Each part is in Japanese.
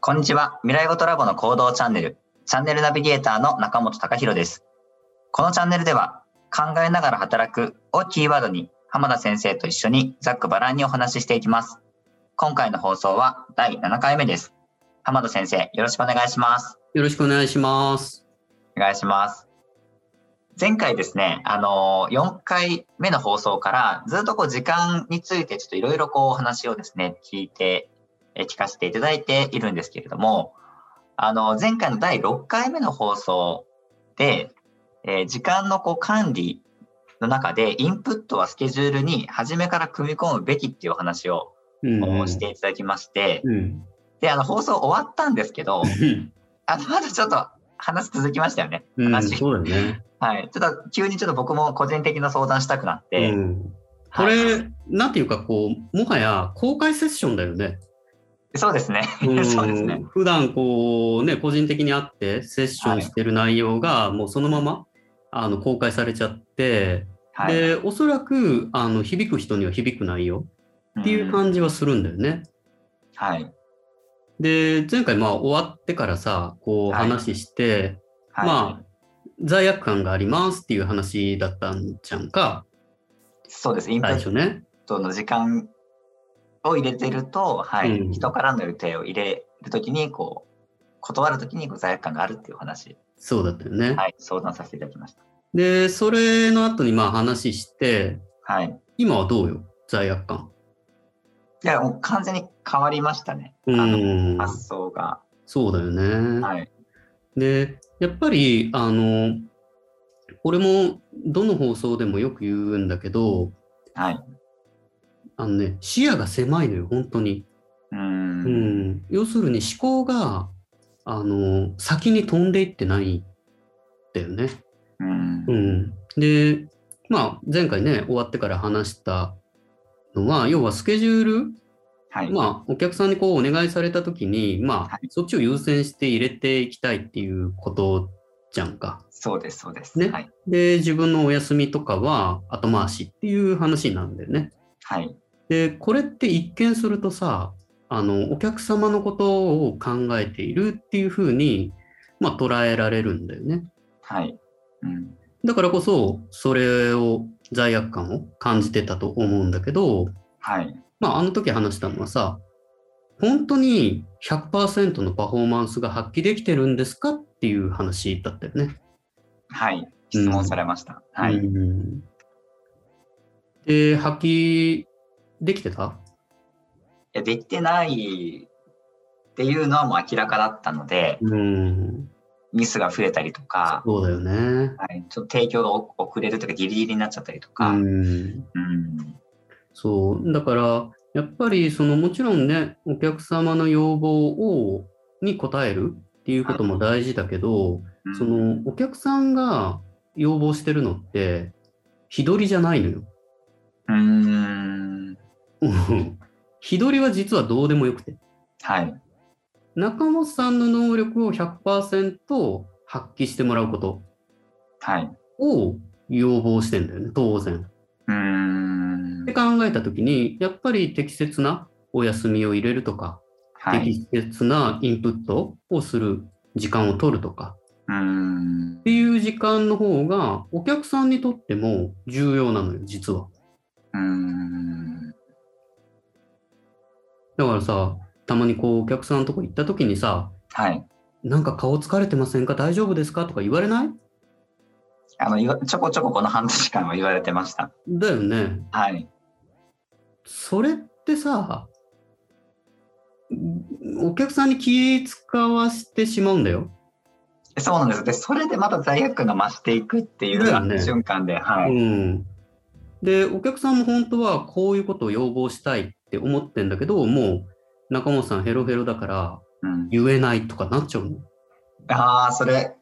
こんにちは。未来ごとラボの行動チャンネル、チャンネルナビゲーターの中本隆弘です。このチャンネルでは、考えながら働くをキーワードに、浜田先生と一緒にざっくばらんにお話ししていきます。今回の放送は第7回目です。浜田先生、よろしくお願いします。よろしくお願いします。お願いします。前回ですね、あのー、4回目の放送から、ずっとこう、時間について、ちょっといろいろこう、お話をですね、聞いて、えー聞かせていただいているんですけれども、あのー、前回の第6回目の放送で、えー時間のこう、管理の中で、インプットはスケジュールに初めから組み込むべきっていうお話をうんしていただきまして、うん。で、あの、放送終わったんですけど、あの、まだちょっと話続きましたよね。うん、話そうだよね。はい。ちょっと急にちょっと僕も個人的な相談したくなっうて。ん、こはいれ、なんていうか、こう、もはや公開セッションだよね。そうですね。んそうですね。普段こう、ね、個人的に会って、セッションしてる内容が、もうそのまま、あの、公開されちゃって、はい。で、おそらく、あの、響く人には響く内容っていううん感じはするんだよね。はい。で、前回、まあ、終わってからさ、こう、はい話して、はい。まあ、罪悪感がありますっていう話だったんじゃんか、そうです。インプ最ッ初ね。トの時間を入れてると、はい。うん人からの予定を入れるときに、こう、断るときにこう罪悪感があるっていうお話、そうだったよね。はい。相談させていただきました。で、それの後にまあ話して、はい。今はどうよ、罪悪感。いや、もう完全に変わりましたね。うあのん、発想が。そうだよね。はい。で、やっぱり、あの、俺もどの放送でもよく言うんだけど、はい。あのね、視野が狭いのよ、本当に。う。うんん、要するに思考が、あの、先に飛んでいってないんだよね。うん。うん、で、まあ、前回ね、終わってから話したのは、要はスケジュール、はい。まあ、お客さんにこうお願いされたときに、まはあ、そっちを優先して入れていきたいっていうことじゃんか。そうです。そうです。ねはい。で、自分のお休みとかは後回しっていう話なんだよね。はい。で、これって一見するとさ、あの、お客様のことを考えているっていうふうに、まあ、捉えられるんだよね。はい。うん。だからこそ、それを、罪悪感を感じてたと思うんだけど、はい。まあ、あの時話したのはさ、本当に100%のパフォーマンスが発揮できてるんですかっていう話だったよね。はい。質問されました。はい。うんで、発揮できてたいやできてないっていうのはもう明らかだったので、うん。ミスが増えたりとか、そうだよね。はい、ちょっと提供がお遅れるとかギリギリになっちゃったりとうか、うんん。うそう、だから、やっぱり、その、もちろんね、お客様の要望を、に応えるっていうことも大事だけど、んその、お客さんが要望してるのって、日取りじゃないのよ。 うーんうん日取りは実はどうでもよくて。はい、中本さんの能力を100%発揮してもらうことはい、を要望してんだよね、当然。うーんって、考えたときに、やっぱり適切なお休みを入れるとか、はい、適切なインプットをする時間を取るとかうーんっ、ていう時間の方がお客さんにとっても重要なのよ実はうーん、だからさたまにこうお客さんのとこ行った時にさはい。 「なんか顔疲れてませんか大丈夫ですか?」とか言われないあのいわちょこちょここの半年間は言われてました。だよねはい、それってさんお客さんに気使わしてしまうんだよ、そうなんです。で、それでまた罪悪感が増していくっていうだよね瞬間で、はうい、ん、でお客さんも本当はこういうことを要望したいって思ってんだけどもう中本さんヘロヘロだからうん、言えないとかなっちゃうの。ああ、それ、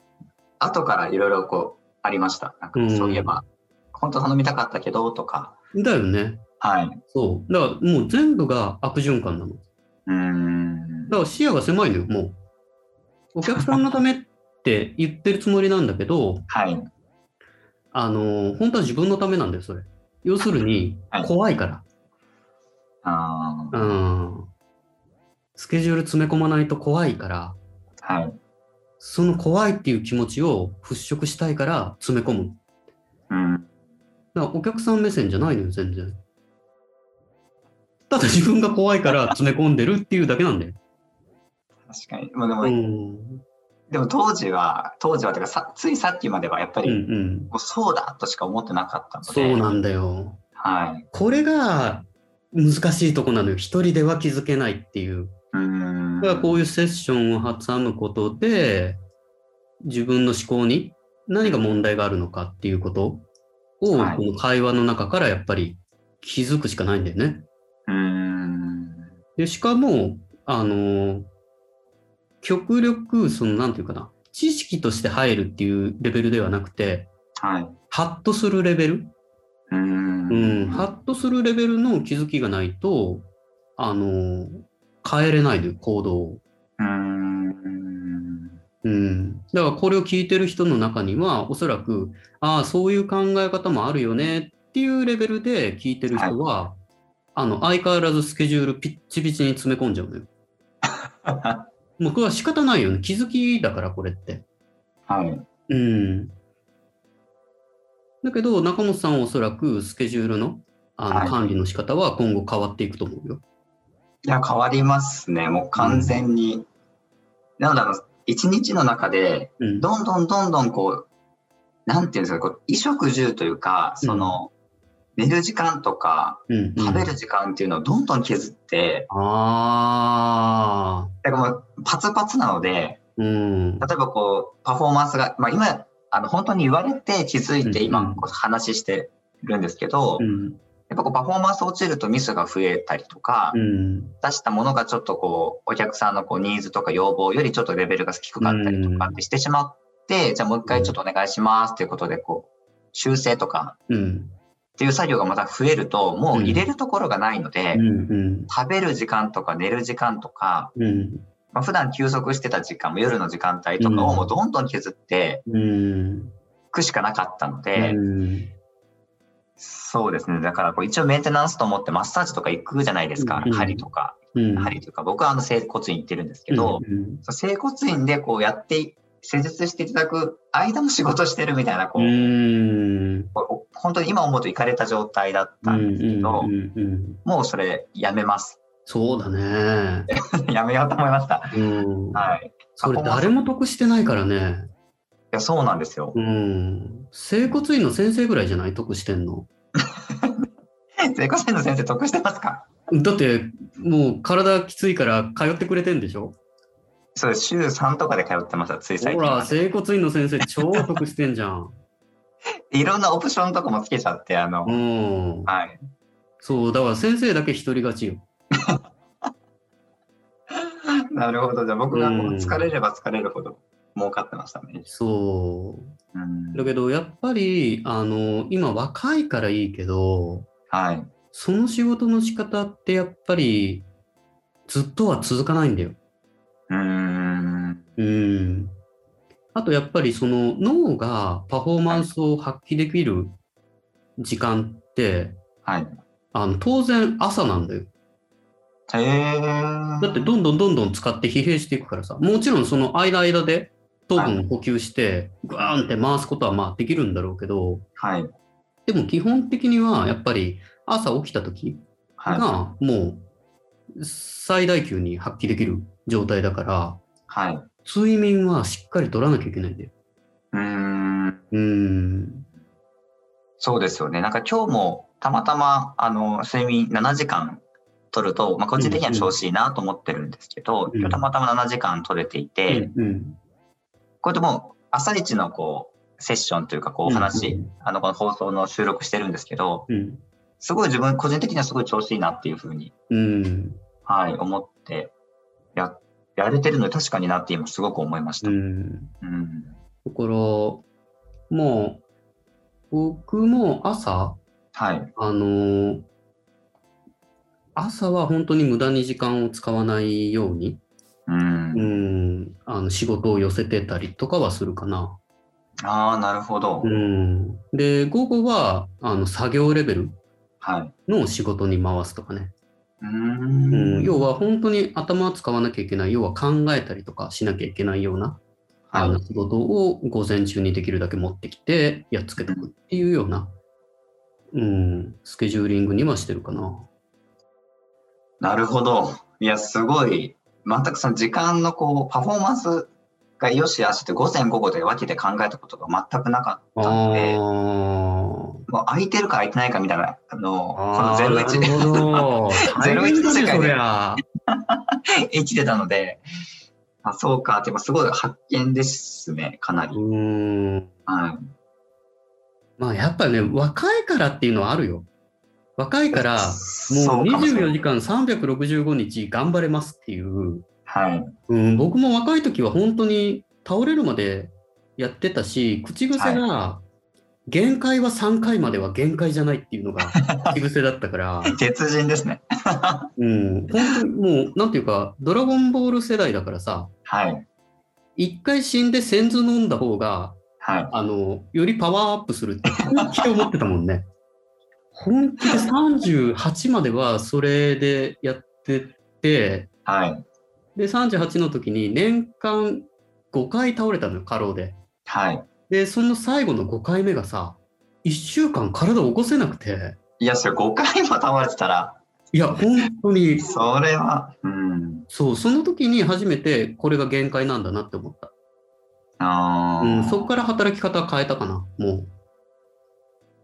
後からいろいろこう、ありました。なんかうんそういえば、本当頼みたかったけど、とか。だよね。はい。そう。だからもう全部が悪循環なの。だうーん。から視野が狭いのよ、もう。お客さんのためって言ってるつもりなんだけど、はい。あの、本当は自分のためなんだよ、それ。要するにはい、怖いから、あーうん。スケジュール詰め込まないと怖いから、はい。その怖いっていう気持ちを払拭したいから詰め込む。うん。だからお客さん目線じゃないのよ、全然。ただ自分が怖いから詰め込んでるっていうだけなんだよ。確かに。まあでも、うん。でも当時は、当時は、てかさ、ついさっきまではやっぱうんうり、ん。もうそうだとしか思ってなかったので。そうなんだよ。はい。これが難しいとこなのよ。一人では気づけないっていう。うーん。だからこういうセッションを挟むことで、自分の思考に何が問題があるのかっていうことを、はいこの会話の中からやっぱり気づくしかないんだよね。うーん。で、しかも、あのー極力、その、なんていうかな、知識として入るっていうレベルではなくて、はい。ハッとするレベル、うーん。うん、ハッとするレベルの気づきがないと、あのー変えれないのよ、行動を。うーん。 うん、だからこれを聞いてる人の中にはおそらくああそういう考え方もあるよねっていうレベルで聞いてる人は、あの相変わらずスケジュールピッチピチに詰め込んじゃうのよ。もうこれは仕方ないよね気づきだからこれって。はい。うん、だけど中本さんはおそらくスケジュールのあはのい管理の仕方は今後変わっていくと思うよ。いや、変わりますね。もう完全に。なので、あの、一日の中で、うん、どんどんどんどんこう、なんていうんですか、こう衣食住というか、その、寝る時間とか、うんうん食べる時間っていうのをどんどん削って、ああ、だからもうパツパツなので、うん例えばこう、パフォーマンスが、まあ今、あの、本当に言われて気づいてうんう今ん、こう話してるんですけど、うんやっぱこうパフォーマンス落ちるとミスが増えたりとかう、ん出したものがちょっとこう、お客さんのこうニーズとか要望よりちょっとレベルが低かったりとかってしてしまって、じゃあもう一回ちょっとお願いしますっていうことで、こう、修正とかうんっていう作業がまた増えると、もう入れるところがないので、うん食べる時間とか寝る時間とか、うんまあ、普段休息してた時間も夜の時間帯とかをもうどんどん削ってうんいくしかなかったので、うんそうですね。だからこう一応メンテナンスと思ってマッサージとか行くじゃないですか。うん針とか、うん針というか、僕はあの整骨院行ってるんですけど、うんそう整骨院でこうやって、施術していただく間も仕事してるみたいな、こう、うんこう本当に今思うと行かれた状態だったんですけど、うんうんうんもうそれやめます。 そうだね。やめようと思いました。うん、はい。いそれ誰も得してないからね。や、そうなんですよ。 うん。整骨院の先生ぐらいじゃない得してんの。整骨院の先生得してますかだって、もう体きついから通ってくれてんでしょそうです週3とかで通ってました、つい最ほ近ら、は。整骨院の先生超得してんじゃん。いろんなオプションとかもつけちゃって、あの、うん。はい。 そう、だから先生だけ一人勝ちよ。なるほど。じゃあ僕がこううん疲れれば疲れるほど儲かってましたね。そうう。んだけどやっぱりあの今若いからいいけどはい。その仕事の仕方ってやっぱりずっとは続かないんだよ。うーん。うん。あとやっぱりその脳がパフォーマンスを発揮できる時間ってはい。あの当然朝なんだよ。へえ。だってどんどんどんどん使って疲弊していくからさもちろんその間間で糖分を補給してグワーンって回すことはまあできるんだろうけどはい。でも基本的にはやっぱり朝起きた時はい。がもう最大級に発揮できる状態だからはい。う睡眠はしっかり取らなきゃいけないんだよ。ーん。うーん。そうですよね。なんか今日もたまたま、あの、睡眠7時間取ると、まあ、個人的には調子いいなと思ってるんですけど、うん今日たまたま7時間取れていて、うんこれともう朝一のこうセッションというかこうお話、あのこの放送の収録してるんですけどうん。すごい自分個人的にはすごい調子いいなっていうふうに、うん。はい、思ってややれてるの確かになって今すごく思いましうた。うんん。だうんから、もう、僕も朝、はい、あのー朝は本当に無駄に時間を使わないように、うんうん、あの仕事を寄せてたりとかはするかな。ああ、なるほどう。ん、で午後はあの作業レベルはい。の仕事に回すとかね、うーうん、ん。要は本当に頭を使わなきゃいけない要は考えたりとかしなきゃいけないようなはあのい。仕事を午前中にできるだけ持ってきてやっつけておくっていうような、うん、スケジューリングにはしてるかな。なるほど。いや、すごい。全くその時間のこう、パフォーマンスが良し悪しって午前午後で分けて考えたことが全くなかったので、あもう空いてるか空いてないかみたいな、あの、このあゼロー、一。なるほど ゼロ一の世界で大変だねそりゃ。 生きてたので、あ、そうか、でもすごい発見ですね、かなり。うん。はい。まあやっぱね、若いからっていうのはあるよ。若いから、もそううかもしれない24時間365日頑張れますっていう、はい。うん、僕も若い時は本当に倒れるまでやってたし、口癖が、限界は3回までは限界じゃないっていう のが口癖だったから、鉄人ですね。うん、本当にもう、なんていうか、ドラゴンボール世代だからさ、はい。一回死んで先頭飲んだ方が、はい。あの、よりパワーアップするって本気で思ってたもんね。本気で38まではそれでやってて、はい。で、38の時に年間5回倒れたのよ、過労で。はい。で、その最後の5回目がさ、1週間体を起こせなくて、いや、それ5回も倒れてたら、いや、本当に、それは、うん。そう、その時に初めてこれが限界なんだなって思った。あうん、ーそこから働き方は変えたかな、も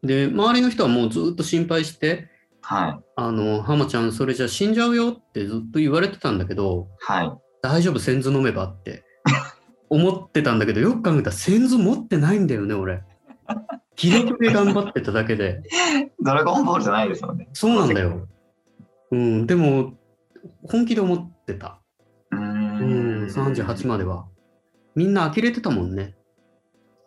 う。で、周りの人はもうずっと心配して、はい。あの、ハマちゃん、それじゃ死んじゃうよってずっと言われてたんだけど、はい。大丈夫、先頭飲めばって思ってたんだけど、よく考えたら先頭持ってないんだよね、俺。気力で頑張ってただけで。ドラゴンボールじゃないですよね。そうなんだよ。うん、でも、本気で思ってた。うーうんん、38までは。みんな呆れてたもんね。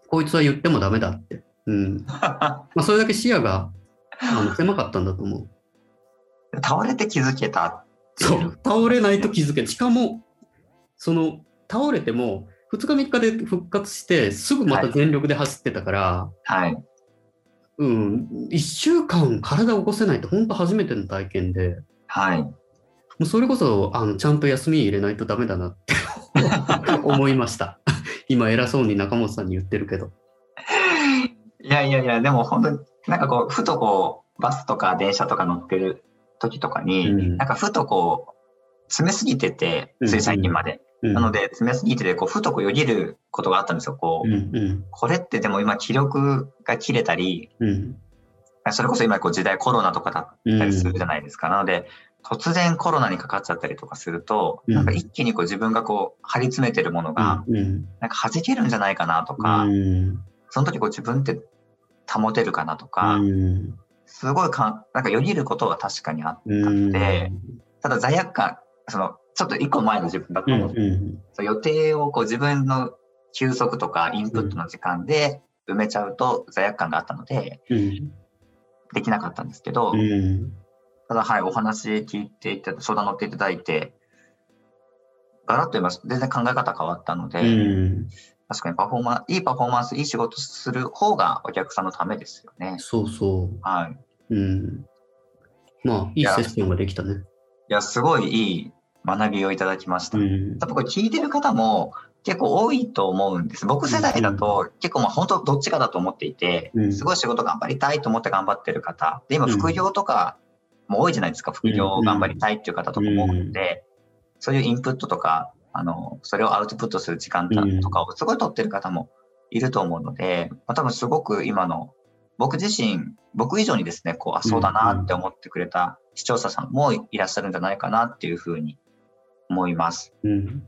こいつは言ってもダメだって。うん。まあ、それだけ視野があの狭かったんだと思う。倒れて気づけた。そう、倒れないと気づける。しかも、その、倒れても、2日3日で復活して、すぐまた全力で走ってたから、はい。うん、1週間体を起こせないって、本当初めての体験で、はい。もうそれこそ、あの、ちゃんと休み入れないとダメだなって 思いました。今、偉そうに中本さんに言ってるけど。いやいやいや、でも本当になんかこう、ふとこう、バスとか電車とか乗ってる時とかに、うんなんかふとこう、詰めすぎてて、つい最近まで。うんなので、詰めすぎてて、こう、ふとこうよぎることがあったんですよ。こう、うんうんこれってでも今気力が切れたり、うんそれこそ今こう時代コロナとかだっうんたりするじゃないですか。なので、突然コロナにかかっちゃったりとかすると、うんなんか一気にこう自分がこう張り詰めてるものが、うんうんなんか弾けるんじゃないかなとか、うんその時こう自分って保てるかなとか、うんすごいか、なんかよぎることは確かにあっうんたので、ただ罪悪感、その、ちょっと一個前の自分だったうんので、うんそう予定をこう自分の休息とかインプットの時間で埋めちゃうと罪悪感があったので、うんできなかったんですけど、うんただ、はい、お話聞いていた、相談乗っていただいて、ガラッと言います。全然考え方変わったので、うん確かにパフォーマンいいパフォーマンス、いい仕事する方がお客さんのためですよね。そうそはい。う。うん。まあ、いいやセッションができたね。いや、すごいいい学びをいただきました。ん多分これ聞いてる方も結構多いと思うんです。僕世代だと結構まあ本当どっちかだと思っていて、うんすごい仕事頑張りたいと思って頑張ってる方、で今うん副業とかも多いじゃないですか、副業を頑張りたいっていう方とかも多くて、そういうインプットとか、あの、それをアウトプットする時間だとかをすごい取ってる方もいると思うので、まあ、多分すごく今の僕自身、僕以上にですね、こう、あ、そうだなって思ってくれた視聴者さんもいらっしゃるんじゃないかなっていうふうに思います。うん。やっ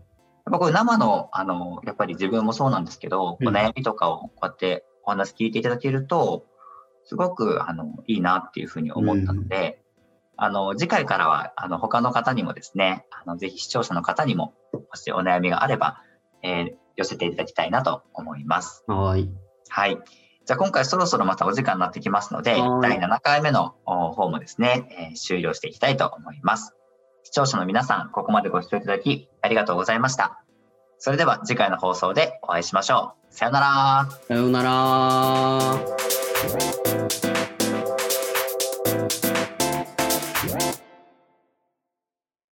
ぱこういう生の、あの、やっぱり自分もそうなんですけど、こううん悩みとかをこうやってお話聞いていただけると、すごく、あの、いいなっていうふうに思ったので、あの、次回からは、あの、他の方にもですね、あの、ぜひ視聴者の方にも、もしお悩みがあれば、えー寄せていただきたいなと思います。はーい。はい。じゃあ今回そろそろまたお時間になってきますので、はい第7回目のお方もですね、えー終了していきたいと思います。視聴者の皆さん、ここまでご視聴いただきありがとうございました。それでは次回の放送でお会いしましょう。さよなら。さようなら。